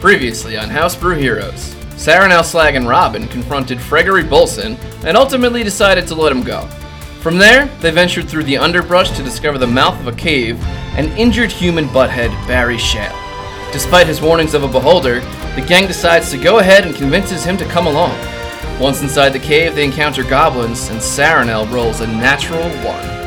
Previously on House Brew Heroes, Saranel Slag and Robin confronted Gregory Bolson and ultimately decided to let him go. From there, they ventured through the underbrush to discover the mouth of a cave and injured human butthead Barry Shale. Despite his warnings of a beholder, the gang decides to go ahead and convinces him to come along. Once inside the cave, they encounter goblins, and Saranel rolls a natural one.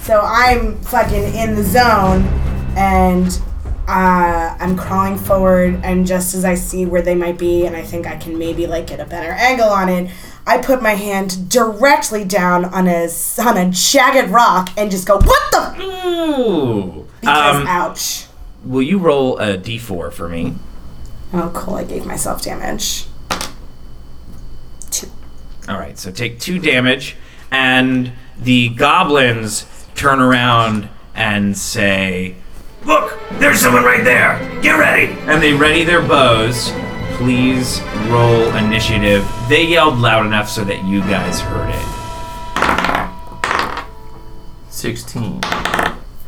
So I'm fucking in the zone and uh, I'm crawling forward and just as I see where they might be and I think I can maybe like get a better angle on it, I put my hand directly down on a s- on a jagged rock and just go, "What the?" Um, f-" Ooh. Because Um, ouch. will you roll a d4 for me? Oh cool, I gave myself damage. Two. All right, so take two damage, and the goblins turn around and say, "Look, there's someone right there. Get ready!" And they ready their bows. Please roll initiative. They yelled loud enough so that you guys heard it. 16.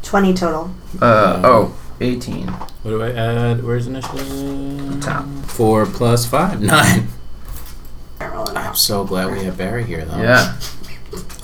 Twenty total. Uh, oh, 18. What do I add? Where's initiative? Top. Four plus five. Nine. I'm rolling out. So glad we have Barry here, though. Yeah.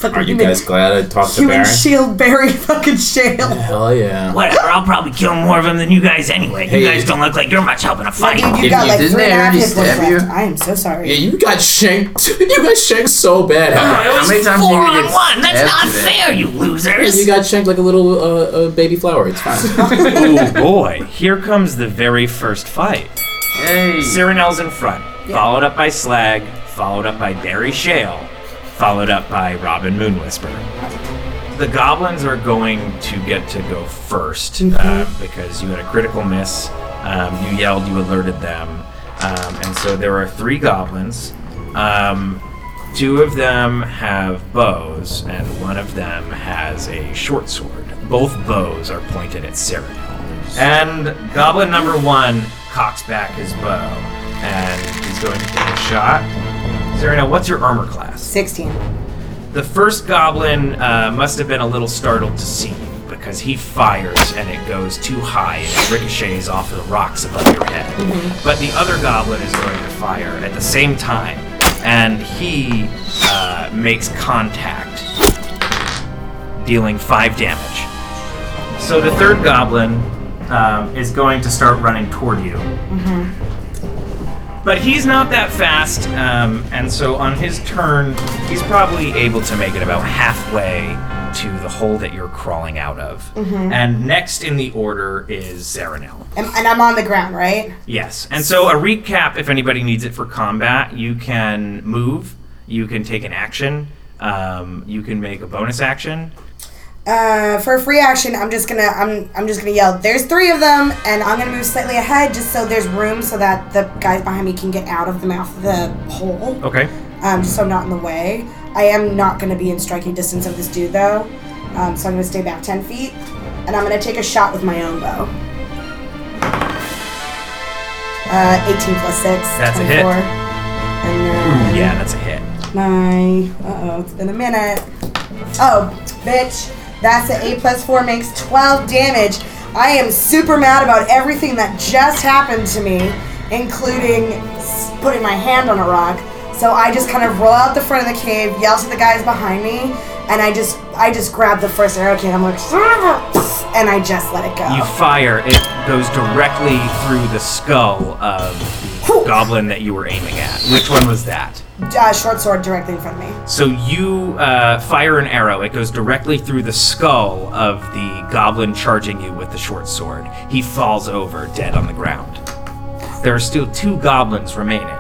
Are you guys glad I talked to Human Barry? shield, Barry fucking shale. Hell yeah. Whatever. I'll probably kill more of them than you guys anyway. Hey. You guys don't look like you're much help in a fight. Dude, you Didn't got you- like didn't three they and a half already hit points stab you? left. I am so sorry. Yeah, you got shanked. you got shanked so bad. It was many times four did you on get one. That's stabbed not today? fair, you losers. You got shanked like a little uh, uh, baby flower. It's fine. oh boy, here comes the very first fight. Yay. Cyrinel's in front, followed up by Slag, followed up by Barry Shale, followed up by Robin Moonwhisper. The goblins are going to get to go 1st uh, because you had a critical miss. Um, you yelled, you alerted them, um, and so there are three goblins. Um, two of them have bows, and one of them has a short sword. Both bows are pointed at Cyrinel. And goblin number one cocks back his bow, and he's going to take a shot. Serena, what's your armor class? Sixteen. The first goblin uh, must have been a little startled to see you because he fires and it goes too high and it ricochets off of the rocks above your head. But the other goblin is going to fire at the same time, and he uh, makes contact, dealing five damage. So the third goblin um, is going to start running toward you. But he's not that fast, um, and so on his turn, he's probably able to make it about halfway to the hole that you're crawling out of. And next in the order is Zaranel. And, and I'm on the ground, right? Yes. And so a recap, if anybody needs it for combat, you can move, you can take an action, um, you can make a bonus action. Uh, for a free action, I'm just gonna I'm I'm just gonna yell. There's three of them, and I'm gonna move slightly ahead just so there's room so that the guys behind me can get out of the mouth of the hole. Okay. Um, just so I'm not in the way. I am not gonna be in striking distance of this dude though, um, so I'm gonna stay back ten feet, and I'm gonna take a shot with my own bow. Uh, 18 plus 6. That's a hit. 24. And then Yeah, that's a hit. my uh oh, it's been a minute. Oh, bitch, that's an eight plus four makes twelve damage. I am super mad about everything that just happened to me, including s- putting my hand on a rock. So I just kind of roll out the front of the cave, yell to the guys behind me, and I just I just grab the first arrow can. I'm like, and I just let it go. You fire, it goes directly through the skull of the Whew. goblin that you were aiming at. Which one was that? uh, short sword directly in front of me. So you uh, fire an arrow. It goes directly through the skull of the goblin charging you with the short sword. He falls over dead on the ground. There are still two goblins remaining.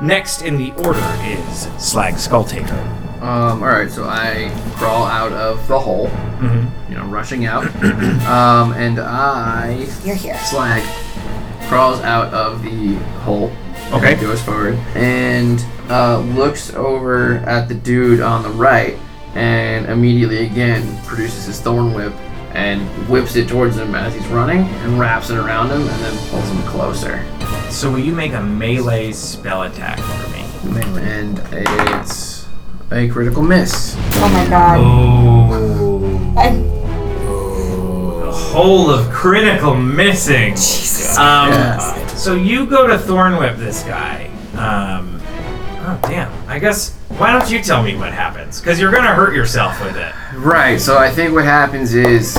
Next in the order is Slag Skulltaker. Um, alright, so I crawl out of the hole. You know, rushing out. um, and I. You're here. Oh. Slag crawls out of the hole. Okay. And goes forward and uh, looks over at the dude on the right and immediately again produces his thorn whip and whips it towards him as he's running and wraps it around him and then pulls him closer. So will you make a melee spell attack for me? And it's a critical miss. Oh my god. Oh. I whole of critical missing. Jesus. Um, Yes. So you go to Thornwhip this guy. Um, oh, damn. I guess, why don't you tell me what happens? Because you're going to hurt yourself with it. Right. So I think what happens is,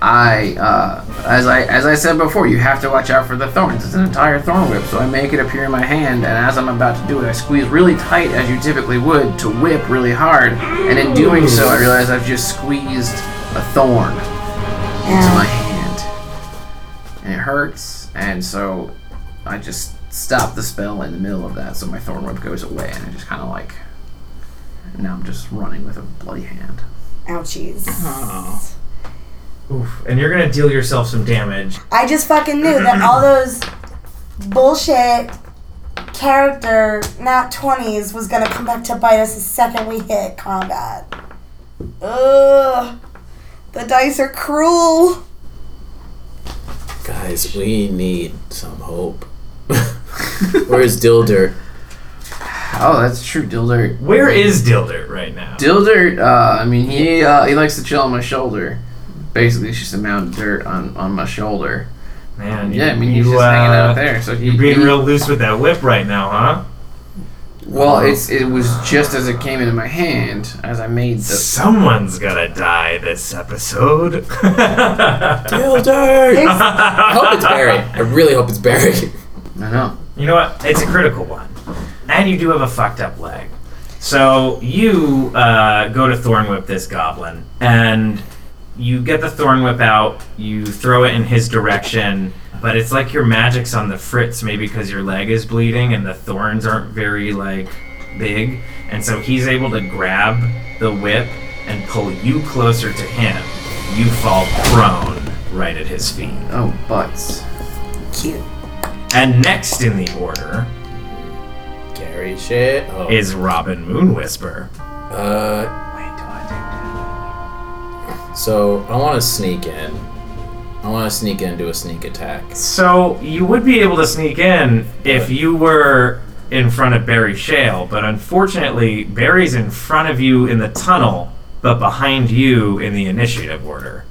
I, uh, as I as I said before, you have to watch out for the thorns. It's an entire thorn whip. So I make it appear in my hand, and as I'm about to do it, I squeeze really tight, as you typically would, to whip really hard. And in doing so, I realize I've just squeezed a thorn into my hand, and it hurts. And so I just stop the spell in the middle of that, so my thorn whip goes away, and I just kind of like. Now I'm just running with a bloody hand. Ouchies. Oof. And you're going to deal yourself some damage. I just fucking knew that all those bullshit character not 20s was gonna come back to bite us the second we hit combat. Ugh. The dice are cruel. Guys, we need some hope. Where's Dilder? Oh, that's true, Dilder. Where is Dildert right now? Dilder, uh, I mean, he uh, he likes to chill on my shoulder. Basically, it's just a mound of dirt on, on my shoulder. Man, Yeah, I mean, he's just hanging out there. So he, You're being he- real loose with that whip right now, huh? Well, it's it was just as it came into my hand as I made the. Someone's gonna die this episode. Dilder! There's- I hope it's Barry. I really hope it's Barry. I know. You know what? It's a critical one. And you do have a fucked up leg. So you uh, go to Thorn Whip this goblin, and you get the Thorn Whip out, you throw it in his direction, but it's like your magic's on the fritz, maybe because your leg is bleeding and the thorns aren't very, like, big. And so he's able to grab the whip and pull you closer to him. You fall prone right at his feet. Oh, butts. Cute. And next in the order Gary shit. Oh. is Robin Moon Whisper. uh, Wait till I take so I want to sneak in. I want to sneak in, do a sneak attack. So you would be able to sneak in if you were in front of Barry Shale, but unfortunately, Barry's in front of you in the tunnel, but behind you in the initiative order.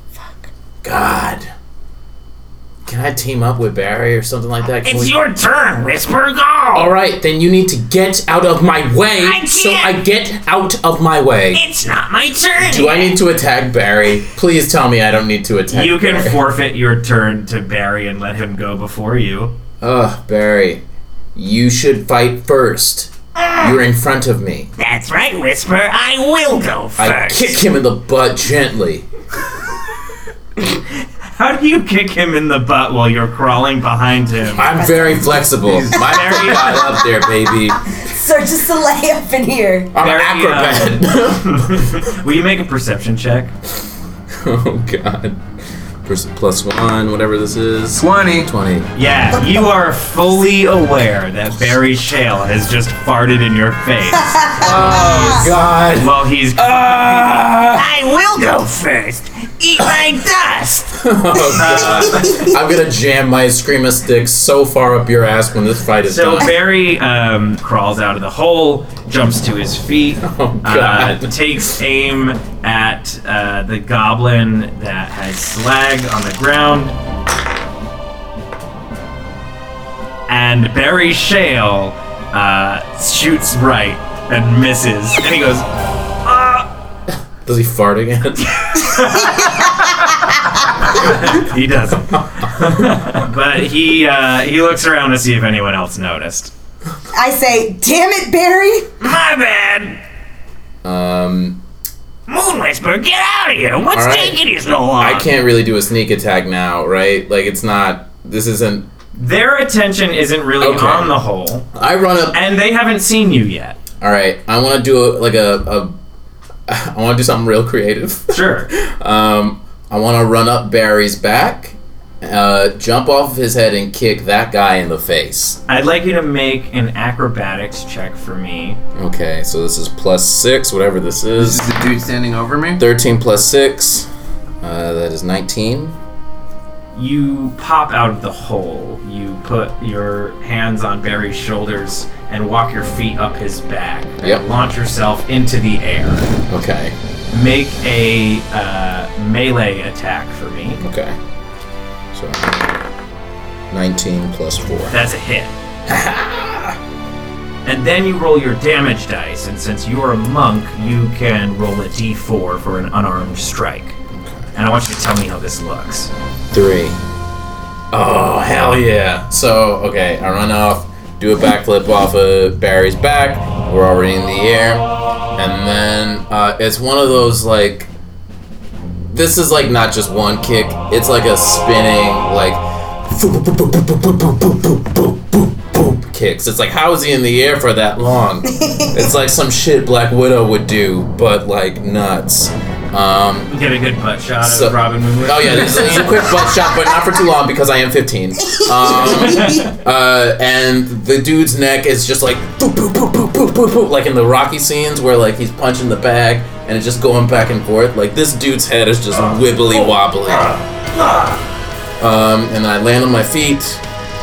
God. Can I team up with Barry or something like that? Can we- your turn, Whisper. Go. All right, then you need to get out of my way. I So I can't. get out of my way. It's not my turn. Do I need to attack Barry? Please tell me I don't need to attack. You can Barry. forfeit your turn to Barry and let him go before you. Ugh, Barry, you should fight first. Ah. You're in front of me. That's right, Whisper. I will go first. I kick him in the butt gently. How do you kick him in the butt while you're crawling behind him? I'm very flexible. My feet are up there, baby. Search a Soleil up in here. I'm an Very, uh, acrobat. will you make a perception check? oh God. Plus- Plus one, whatever this is. 20. Twenty. Yeah, you are fully aware that Barry Shale has just farted in your face Oh, God. while he's. I will go first. Eat my dust. Oh God. I'm gonna jam my screamer stick so far up your ass when this fight is So done. Barry um, crawls out of the hole, jumps to his feet, Oh uh, God. takes aim at uh, the goblin that has slag on the ground, and Barry Shale uh, shoots right and misses, and he goes. Does he fart again? He doesn't. but he uh, he looks around to see if anyone else noticed. I say, damn it, Barry. My bad. um. Moon Whisper, get out of here. What's All right. taking you so long? I can't really do a sneak attack now, right? Like it's not. This isn't. Their attention isn't really Okay. on the hole, I run up. and they haven't seen you yet. All right. I want to do a, like a. a I want to do something real creative. Sure. Um, I want to run up Barry's back, uh, jump off of his head, and kick that guy in the face. I'd like you to make an acrobatics check for me. Okay, so this is plus six, whatever this is. Is the dude standing over me? Thirteen plus six. Uh, that is nineteen. You pop out of the hole. You put your hands on Barry's shoulders and walk your feet up his back. and Yep. Launch yourself into the air. Okay. Make a uh, melee attack for me. Okay. So 19 plus 4. That's a hit. and then you roll your damage dice, and since you're a monk, you can roll a d4 for an unarmed strike. And I want you to tell me how this looks. 3. Oh, hell yeah. So, okay, I run off, do a backflip off of Barry's back. We're already in the air. And then uh, it's one of those, like, this is like not just one kick, it's like a spinning, like, boop, boop, boop, boop, boop, boop, boop, boop, boop, boop, boop, kicks. It's like, how is he in the air for that long? it's like some shit Black Widow would do, but like nuts. Um, You get a good butt shot So- of Robin Moonwood. Oh yeah, this is a quick butt shot, but not for too long because I am 15. Um, uh, and the dude's neck is just like boop, boop, boop, boop, boop, boop, boop, like in the Rocky scenes where like he's punching the bag and it's just going back and forth. Like this dude's head is just wibbly wobbly. Um, and then I land on my feet,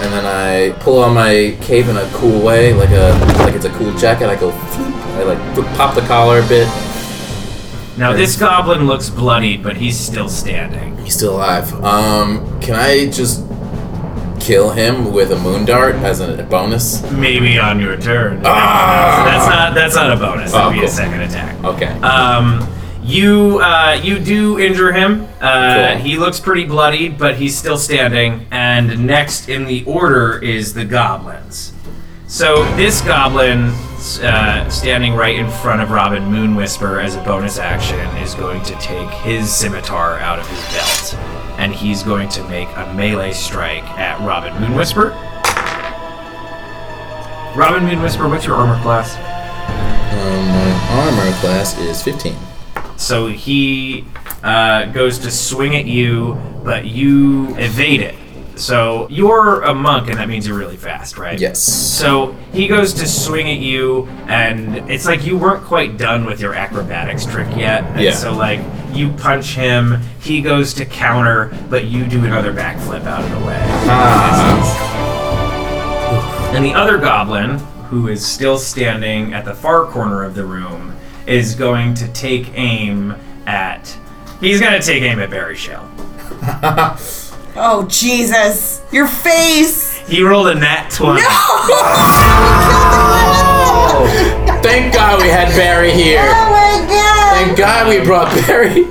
and then I pull on my cape in a cool way, like a like it's a cool jacket. I go, floop. I like flip- pop the collar a bit. Now this goblin looks bloody, but he's still standing. He's still alive. Um, can I just kill him with a moon dart as a bonus? Maybe on your turn. Ah! So that's not that's not a bonus. That'll Oh, be a cool. second attack. Okay. Um, you uh, you do injure him. Uh, Cool. He looks pretty bloody, but he's still standing. And next in the order is the goblins. So this goblin, uh, standing right in front of Robin Moon Whisper as a bonus action, is going to take his scimitar out of his belt, and he's going to make a melee strike at Robin Moon Whisper. Robin Moon Whisper, what's your armor class? Um, my armor class is 15. So he uh, goes to swing at you, but you evade it. So you're a monk, and that means you're really fast, right? Yes. So he goes to swing at you, and it's like you weren't quite done with your acrobatics trick yet. And Yeah. So like you punch him, he goes to counter, but you do another backflip out of the way. And the other goblin, who is still standing at the far corner of the room, is going to take aim at. He's going to take aim at Barry Shell. Oh, Jesus. Your face. He rolled a nat 20. Oh, Thank God we had Barry here. my God. Thank God we brought Barry.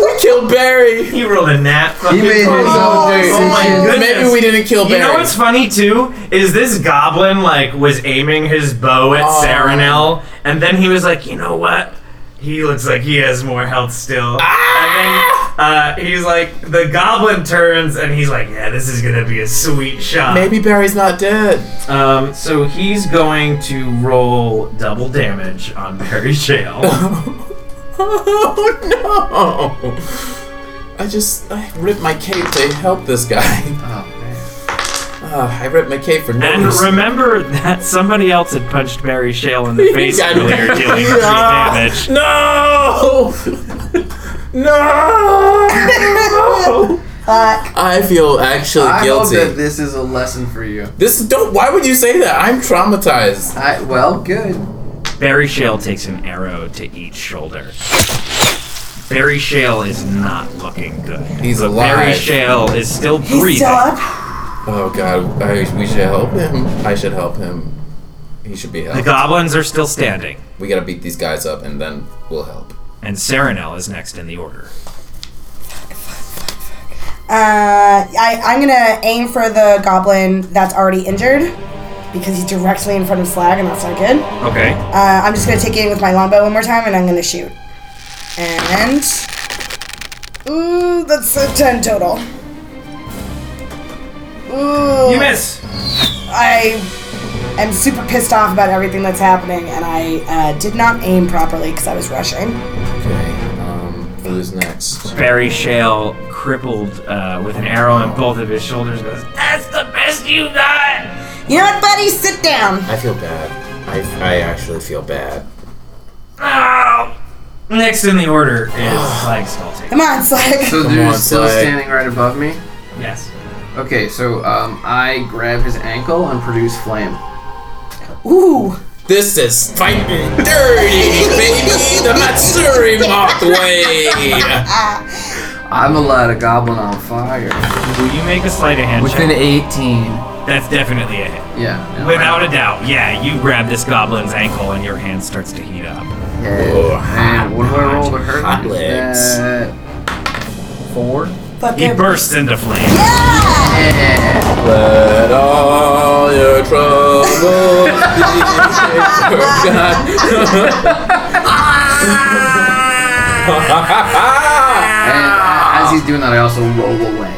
We killed Barry. He rolled a nat fucking He made his 20. own Oh my decision. goodness. Maybe we didn't kill You Barry. know what's funny too is this goblin like was aiming his bow at Oh. Saranel, and then he was like, you know what? He looks like he has more health still. Ah! And then uh, he's like, the goblin turns, and he's like, yeah, this is gonna be a sweet shot. Maybe Barry's not dead. Um, so he's going to roll double damage on Barry Shale. Oh no! I just I ripped my cape to help this guy. Oh, man. Uh, I ripped my cape for no and reason. remember that somebody else had punched Barry Shale in the face I- earlier, dealing three Ah, damage. No! no! Fuck. I feel actually I guilty. hope that this is a lesson for you. this don't. Why would you say that? I'm traumatized. I well, good. Barry Shale takes an arrow to each shoulder. Barry Shale is not looking good. He's But alive. Barry Shale is still breathing. He's still up. Oh God! I, we should help him. I should help him. He should be the helped. goblins are still standing, We gotta beat these guys up, and then we'll help. and Saranel is next in the order. Uh, I, I'm gonna aim for the goblin that's already injured because he's directly in front of Slag, and that's not good. Okay. Uh, I'm just gonna take it in with my longbow one more time, and I'm gonna shoot. And ooh, that's a ten total. Ooh, You miss. I am super pissed off about everything that's happening, and I uh, did not aim properly because I was rushing. Okay. Um. Who's next? Barry Shale, crippled uh, with an arrow in both of his shoulders, goes, "That's the best you got." You know what, buddy? Sit down. I feel bad. I, I actually feel bad. Ow. Oh. Next in the order is Flagstalting. Come on, Slag. So Come dude on, is still Slag. standing right above me. Yes. Okay, so um, I grab his ankle and produce flame. Ooh, This is fighting ah, dirty, baby. The Matsuri moth way. I'm gonna light a goblin on fire. Will you make a sleight of hand Within check? 18. That's definitely a hit. Yeah. yeah. Without a doubt, yeah, you grab this goblin's ankle and your hand starts to heat up. Yeah. And what do I roll to hurt? Hot legs. That- Four? Fuck He yeah. bursts into flames. Yeah! Yeah. Let all your troubles be forgotten. And uh, as he's doing that, I also roll away.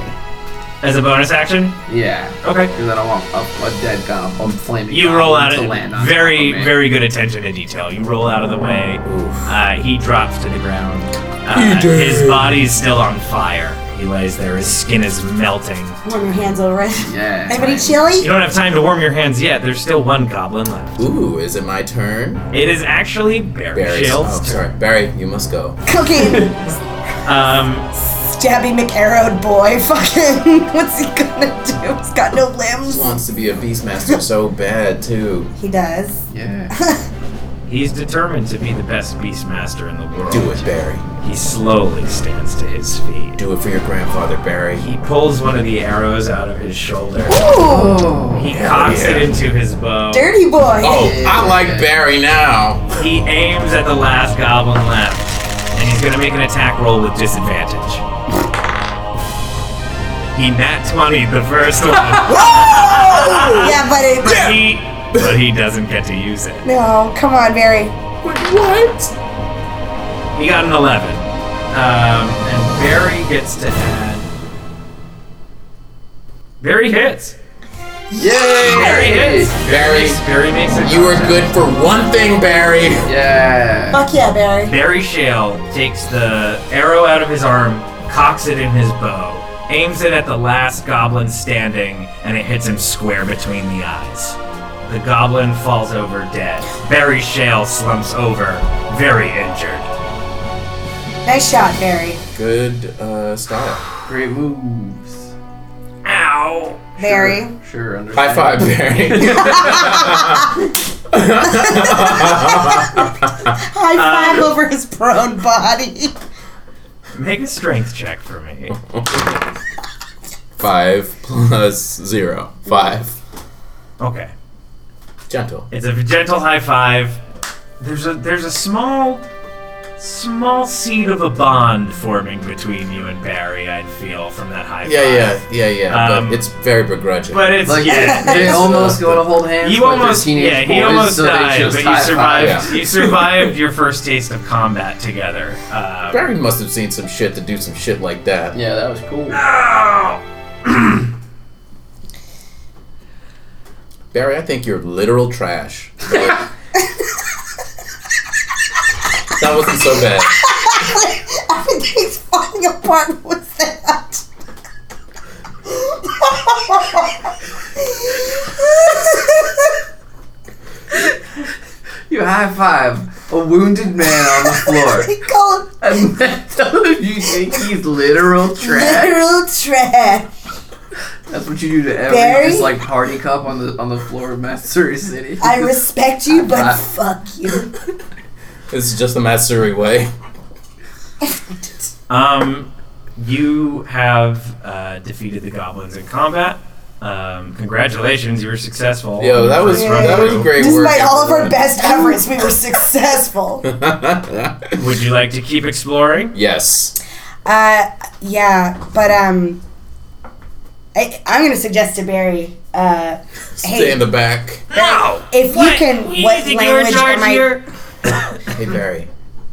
As a bonus action? Yeah. Okay. Because I don't want a, a dead goblin, a flaming You roll goblin out to land of on very, top of me. very good attention to detail. You roll out of the way. Uh, he drops to the ground. Uh, He did. his body's still on fire. He lays there. His skin is melting. Warm your hands over it. Yeah. Anybody You chilly? don't have time to warm your hands yet. There's still one goblin left. Ooh, is it my turn? It is actually Barry Barry. Shale's Oh, turn. sorry. Barry, you must go. Cooking. Um, Stabby McArrowed boy. Fucking. What's he gonna do? He's got no limbs. Wants to be a beastmaster so bad too. He does. Yeah. he's determined to be the best beastmaster in the world. Do it, Barry. He slowly stands to his feet. Do it for your grandfather, Barry. He pulls one of the arrows out of his shoulder. Ooh! Oh. He cocks it into his bow. Dirty boy. Oh, I like Barry now. He aims at the last goblin left, and he's gonna make an attack roll with disadvantage. He nat 20 the first one, Oh! Yeah, but it. but he, but he doesn't get to use it. No, come on, Barry. What? He got an 11. Um, and Barry gets to add. Barry hits. Barry Yay! hits. Barry, Barry makes it. you are good for one thing, Barry. Yeah. Fuck yeah, Barry. Barry Shale takes the arrow out of his arm, cocks it in his bow, aims it at the last goblin standing, and it hits him square between the eyes. The goblin falls over dead. Barry Shale slumps over, very injured. Nice shot, Barry. Good uh, style. Great moves. Ow! Barry. Sure. Understand. High five, Barry. High five over his prone body. Make a strength check for me. Five plus zero. Five. Okay. Gentle. It's a gentle high five. There's a there's a small small seed of a bond forming between you and Barry, I'd feel, from that high Yeah, five. yeah, yeah, yeah. Um, but it's very begrudging. But it's Like yeah. they almost go to hold hands. You but almost, they're teenage yeah, boys, he almost so they died, just but you high-five. survived. yeah. You survived your first taste of combat together. Um, Barry must have seen some shit to do some shit like that. Yeah, that was cool. ow! Barry, I think you're literal trash. that wasn't so bad. Everything's falling apart. What's that? You high five a wounded man on the floor. they call it and then tell him you think he's literal trash. literal trash. That's what you do to every Barry? just like party cup on the on the floor of Matsuri City. I respect you, but Uh, fuck you. This is just the Matsuri way. Um, you have uh, defeated the goblins in combat. Um, congratulations, you were successful. Yo, that was Yay. that was great work. Despite all of our everyone. best efforts, we were successful. Would you like to keep exploring? yes. Uh, yeah, but um, I, I'm gonna suggest to Barry, uh, Stay hey, in the back. No. if you can, what language am I? Hey Barry,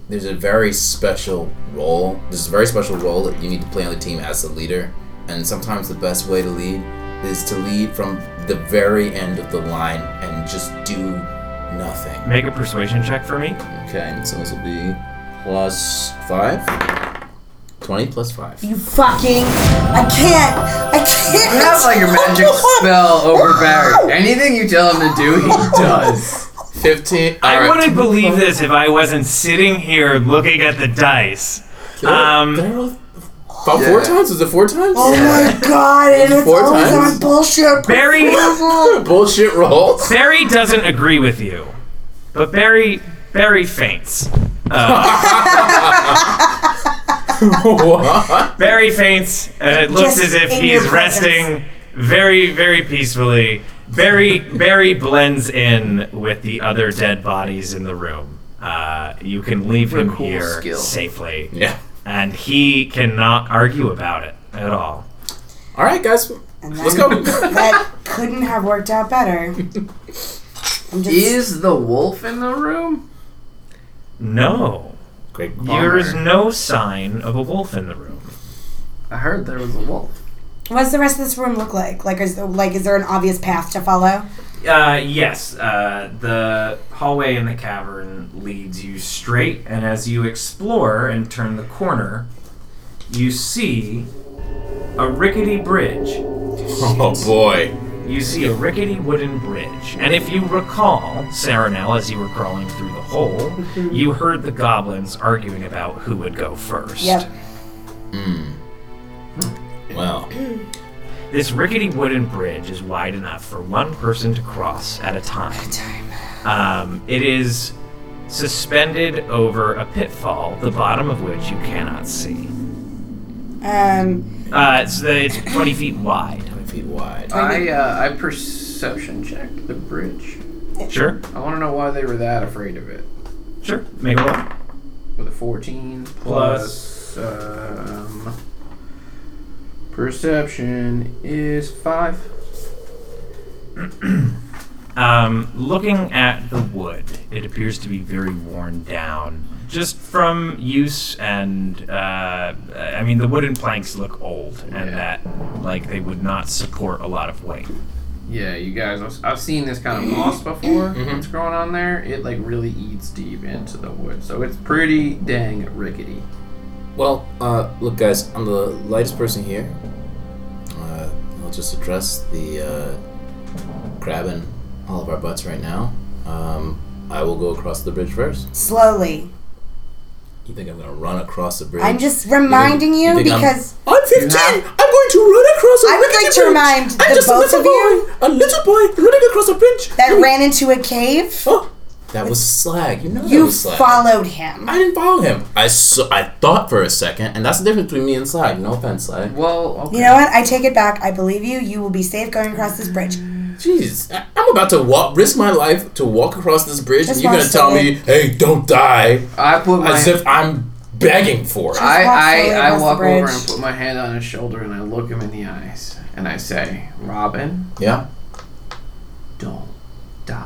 there's a very special role. There's a very special role that you need to play on the team as the leader. And sometimes the best way to lead is to lead from the very end of the line and just do nothing. Make a persuasion check for me. Okay, and so this will be plus five. Twenty plus five. You fucking! I can't! I can't! That's like your magic spell over Barry. Anything you tell him to do, he does. Fifteen. I alright. wouldn't believe this if I wasn't sitting here looking at the dice. Did I- um, did I roll- About four Yeah. times? Was it four times? Oh my god! And it's Four always times? on bullshit. Barry- Bullshit rolls. Barry doesn't agree with you, but Barry Barry faints. Uh, What? Barry faints, and it looks Just as if in he your is presence. resting very, very peacefully. Barry, Barry blends in with the other dead bodies in the room. Uh, you can leave him cool here skill. safely, yeah. and he cannot argue about it at all. All right, guys. Let's go. that couldn't have worked out better. I'm just, Is the wolf in the room? No, Great. there is no sign of a wolf in the room. I heard there was a wolf. what does the rest of this room look like? Like, is there, like is there an obvious path to follow? Uh, yes, uh, the hallway in the cavern leads you straight, and as you explore and turn the corner, you see a rickety bridge. Oh boy. You see a rickety wooden bridge. And if you recall, Saranel, as you were crawling through the hole, you heard the goblins arguing about who would go first. Yep. Well. This rickety wooden bridge is wide enough for one person to cross at a time. Um, it is suspended over a pitfall, the bottom of which you cannot see. Um, Uh, it's, it's 20 feet wide. Five feet wide. I uh, I perception checked the bridge. Sure, I want to know why they were that afraid of it. sure. Make a roll. With a 14 Plus. plus, um, perception is five. Um, looking at the wood, it appears to be very worn down, just from use and uh, I mean the wooden planks look old, and Yeah. that like they would not support a lot of weight. Yeah, you guys, I've, I've seen this kind of moss before. Mm-hmm. What's going on there? It like really eats deep into the wood, so it's pretty dang rickety. Well, uh, look, guys, I'm the lightest person here. Uh, I'll just address the uh, grabbing all of our butts right now. Um, I will go across the bridge first. slowly. You think I'm gonna run across the bridge? I'm just reminding you you, think I'm- because I'm 15. have- I'm going to run across. a I would rickety like to bridge. remind I'm the just a both little of boy, you- a little boy running across a bridge. that ran into a cave, Oh, that was slag. You know that you was slag. followed him. I didn't follow him. I s- I thought for a second, and that's the difference between me and slag. No offense, slag. Well, okay. You know what? I take it back. I believe you. You will be safe going across this bridge. Jeez, I- I'm about to walk, risk my life to walk across this bridge, Just and you're gonna watch tell the me, "Hey, don't die," I put my as if I'm begging for it. I, walk I, slowly I across the walk over bridge. and put my hand on his shoulder and I look him in the eyes and I say, Robin, Yeah. don't die.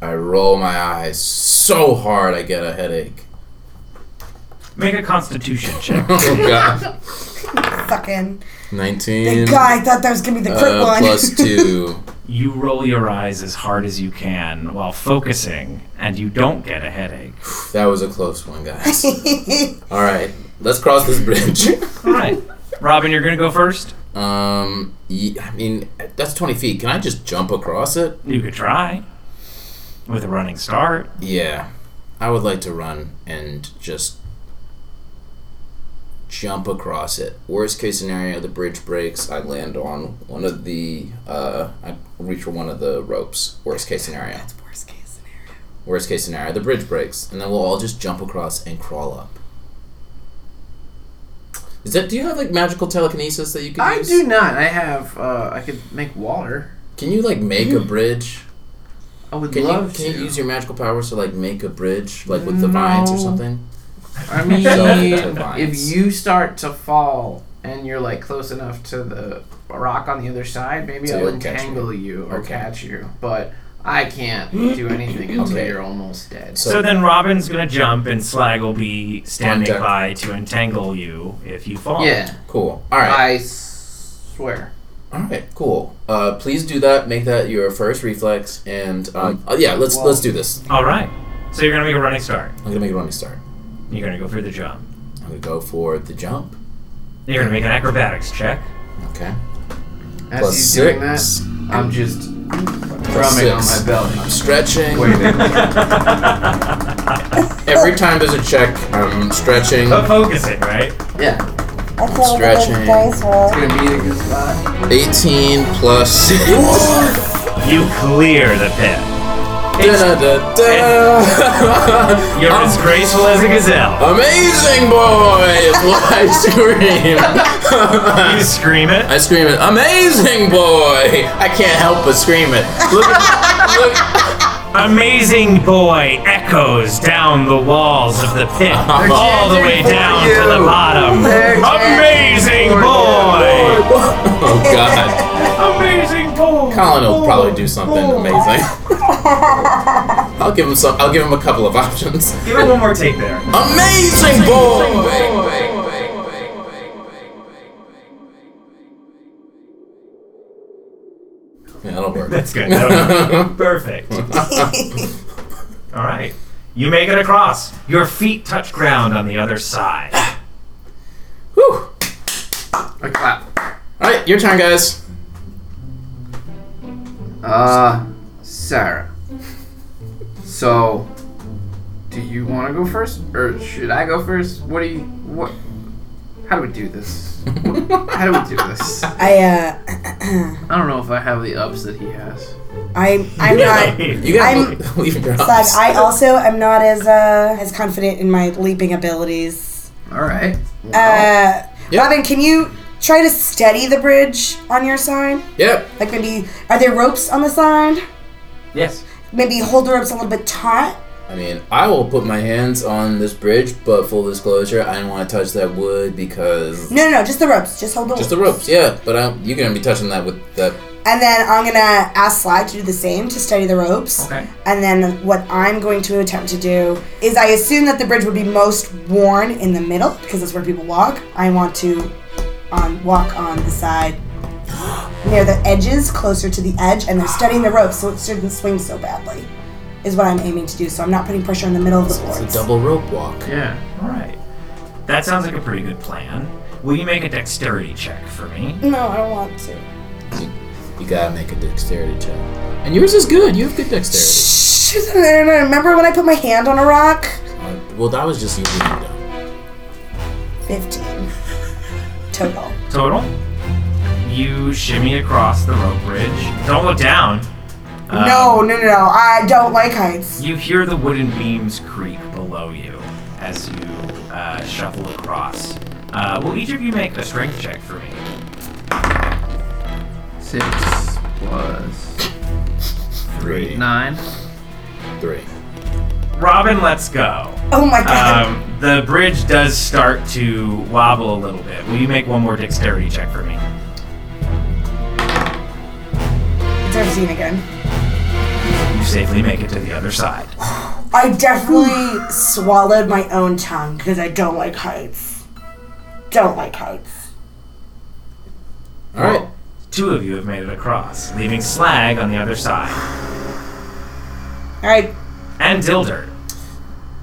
I roll my eyes so hard I get a headache. Make a Constitution check. Oh god. Fucking. Nineteen. God, I thought that was gonna be the crit Uh, one. plus two. you roll your eyes as hard as you can while focusing, and you don't get a headache. That was a close one, guys. All right, let's cross this bridge. All right, Robin, you're gonna go first. Um, ye- I mean, that's twenty feet. Can I just jump across it? You could try with a running start. Yeah, I would like to run and just jump across it. Worst case scenario, the bridge breaks. I land on one of the. Uh, I reach for one of the ropes. Worst case scenario. Worst case scenario. Worst case scenario, the bridge breaks, and then we'll all just jump across and crawl up. Is that? Do you have like magical telekinesis that you can I use? do not. I have, uh, I could make water. Can you like make a bridge? I would Can you love can to. you use your magical powers to like make a bridge like with the vines or No. something? I mean, Zelda if vines. you start to fall and you're like close enough to the rock on the other side, maybe So I'll you'll catch entangle you or Okay. catch you. But I can't do anything until Okay. you're almost dead. So- So then Robin's gonna jump, and Slag will be standing On deck. by to entangle you if you fall. yeah, Cool. All right. I swear. All right. Cool. Uh, please do that. Make that your first reflex, and um, uh, yeah, let's let's do this. All right. So you're gonna make a running start. I'm gonna make a running start. You're gonna go for the jump. I'm gonna go for the jump. You're gonna make an acrobatics check. Okay. As Plus he's doing six. that, I'm just Plus drumming on six. my belly. I'm stretching. Wait, Every time there's a check, I'm stretching. But focusing, right? yeah, I feel Stretching. like it's roll. gonna be in a good spot. 18 plus six. You clear the pit. Da-da-da-da. You're as graceful as a gazelle. Amazing boy is what I scream. You scream it. Oh. I scream it, amazing boy! I can't help but scream it. Look at, look, Amazing boy echoes down the walls of the pit, all the way for down to you. the bottom. They're Amazing boy! oh god. Amazing boy! Colin will probably do something amazing. I'll give him some, I'll give him a couple of options. Give it one more take there. Amazing boy! Yeah, that'll work. That's good. That'll be Perfect. All right. You make it across. Your feet touch ground on the other side. Whew. I clap. Alright, your turn, guys. Uh, Sarah. So, do you want to go first, or should I go first? What do you? What? How do we do this? How do we do this? I I uh, don't know if I have the ups that he has. I I'm not. You gotta I'm- leave your Like house. I also am not as uh as confident in my leaping abilities. All right. Uh, Yeah. Robin, can you try to steady the bridge on your side? Yep. Like maybe are there ropes on the side? Yes. Maybe hold the ropes a little bit taut. I mean, I will put my hands on this bridge, but full disclosure, I don't want to touch that wood because No, no, no, just the ropes. Just hold the just ropes. the ropes. Yeah, but I, you're gonna be touching that with that. And then I'm gonna ask Slide to do the same to study the ropes. Okay. And then what I'm going to attempt to do is I assume that the bridge would be most worn in the middle because that's where people walk. I want to um, walk on the side near the edges, closer to the edge, and they're studying the ropes so it shouldn't swing so badly. Is what I'm aiming to do. So I'm not putting pressure on the middle of the It's a boards. double rope walk. Yeah. All right. That sounds like a pretty good plan. Will you make a dexterity check for me? No, I don't want to. You gotta make a dexterity check, and yours is good. You have good dexterity. Shoot, Remember when I put my hand on a rock? Uh, well, that was just you being dumb. 15 total. Total. You shimmy across the rope bridge. Don't look down. Um, no, no, no, no. I don't like heights. You hear the wooden beams creak below you as you uh, shuffle across. Uh, will each of you make a strength check for me? Six plus Three, nine. three. Robin, let's go. Oh my god. Um, the bridge does start to wobble a little bit. Will you make one more dexterity check for me? It's our scene again. You safely make it to the other side. I definitely swallowed my own tongue because I don't like heights. Don't like heights. All right. Two of you have made it across, leaving Slag on the other side All right. and Dilder.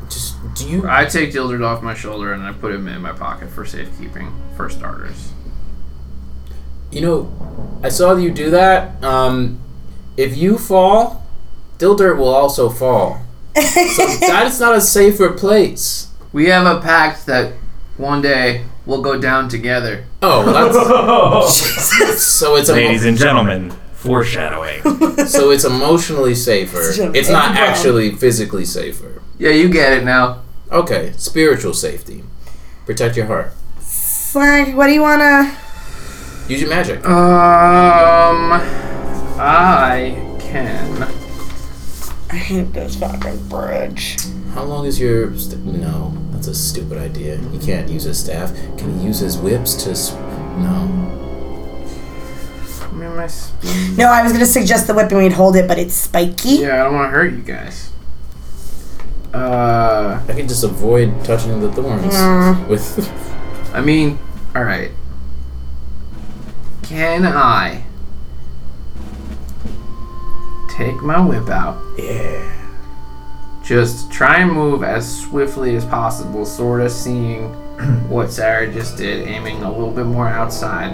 Just do you? I take Dildred off my shoulder and I put him in my pocket for safekeeping, for starters. You know, I saw you do that. Um, if you fall, Dildert will also fall. So that is not a safer place. We have a pact that one day we'll go down together. Oh, well, that's so it's Ladies emo- and gentlemen, foreshadowing. so it's emotionally safer. Jim, It's not Jim Brown. actually physically safer. Yeah, you get it now. Okay, spiritual safety. Protect your heart. Slag, what do you wanna? Use your magic. Uh, Um, I can. I hate this fucking bridge. How long is your st- no? That's a stupid idea. You can't use his staff. Can he use his whips to? s no. I mean, my. s- No, I was gonna suggest the whip and we'd hold it, but it's spiky. Yeah, I don't want to hurt you guys. Uh, I can just avoid touching the thorns Uh. with. I mean, all right. Can I take my whip out? Yeah. Just try and move as swiftly as possible, sort of seeing what Sarah just did, aiming a little bit more outside.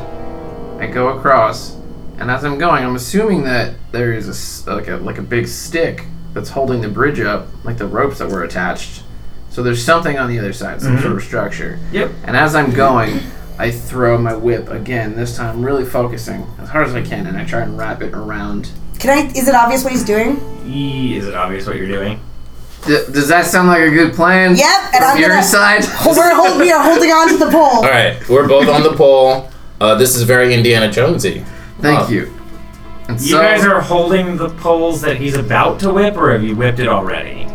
I go across, and as I'm going, I'm assuming that there is a s- like a like a big stick that's holding the bridge up, like the ropes that were attached. So there's something on the other side, some sort of structure. yep. And as I'm going, I throw my whip again, this time really focusing as hard as I can, and I try and wrap it around Can I? Is it obvious what he's doing? E- Is it obvious what you're doing? D- does that sound like a good plan? Yep, and From I'm your gonna- side. We're hold, we are holding on to the pole. All right, we're both on the pole. Uh, this is very Indiana Jonesy. Thank Oh. you. And You so, guys are holding the poles that he's about to whip, or have you whipped it already?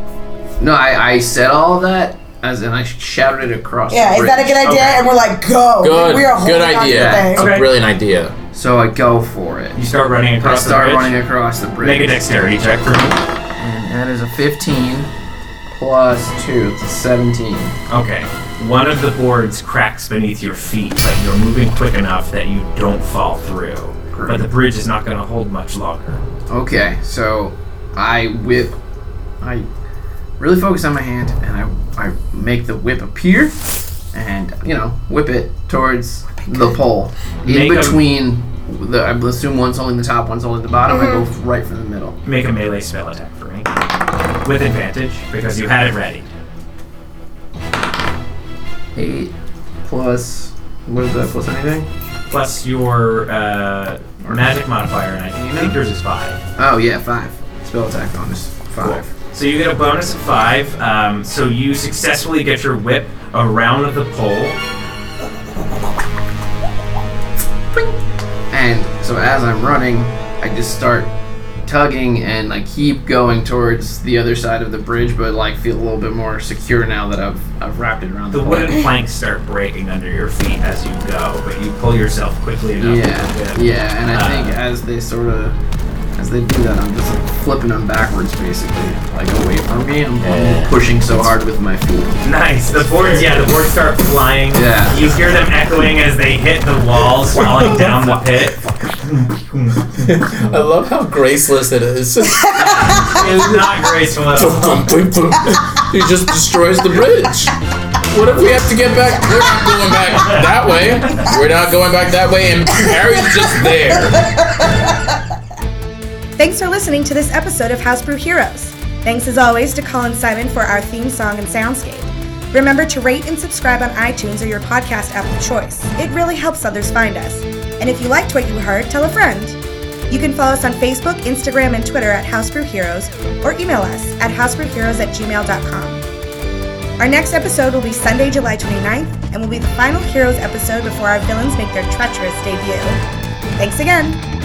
no, I, I said all that as and I shouted it across. Yeah, the is that a bridge. good idea? Okay. And we're like, go. Good, we are holding good on to the idea. thing. It's Okay. a brilliant idea. So I go for it. You start running I across start the bridge. running across the bridge. Make a dexterity check for me. And that is a 15 plus 2. It's a 17. Okay. One of the boards cracks beneath your feet, but you're moving quick enough that you don't fall through. But the bridge is not going to hold much longer. Okay, so I whip. I really focus on my hand and I, I make the whip appear and, you know, whip it towards the pole. In Make a- between. The, I assume one's holding the top, one's holding the bottom. Mm-hmm. I go right for the middle. Make a melee spell attack for me. With advantage, because you had it ready. Eight plus. What is that? Plus anything? Plus your uh, magic modifier, and I think yours is five. Oh yeah, five. Spell attack bonus. Five. So you get a bonus of five. Um, so you successfully get your whip around the pole. And so as I'm running, I just start tugging and I keep going towards the other side of the bridge, but like feel a little bit more secure now that I've I've wrapped it around the, The pole. wooden planks start breaking under your feet as you go, but you pull yourself quickly enough. with Yeah, the whip. yeah, and I think Uh, as they sort of as they do that, I'm just like flipping them backwards, basically, like away from me. I'm, I'm Yeah. pushing so hard with my feet. Nice. The boards, yeah, the boards start flying. Yeah. You hear them echoing as they hit the walls, falling down the pit. I love how graceless it is. It's not graceful at all. he just destroys the bridge. What if we have to get back? We're not going back that way. We're not going back that way, and Harry's just there. Thanks for listening to this episode of House Brew Heroes. Thanks as always to Colin Simon for our theme song and soundscape. Remember to rate and subscribe on iTunes or your podcast app of choice. It really helps others find us. And if you liked what you heard, tell a friend. You can follow us on Facebook, Instagram, and Twitter at House Brew Heroes or email us at housebrewheroes at gmail.com. Our next episode will be Sunday, July 29th and will be the final Heroes episode before our villains make their treacherous debut. Thanks again!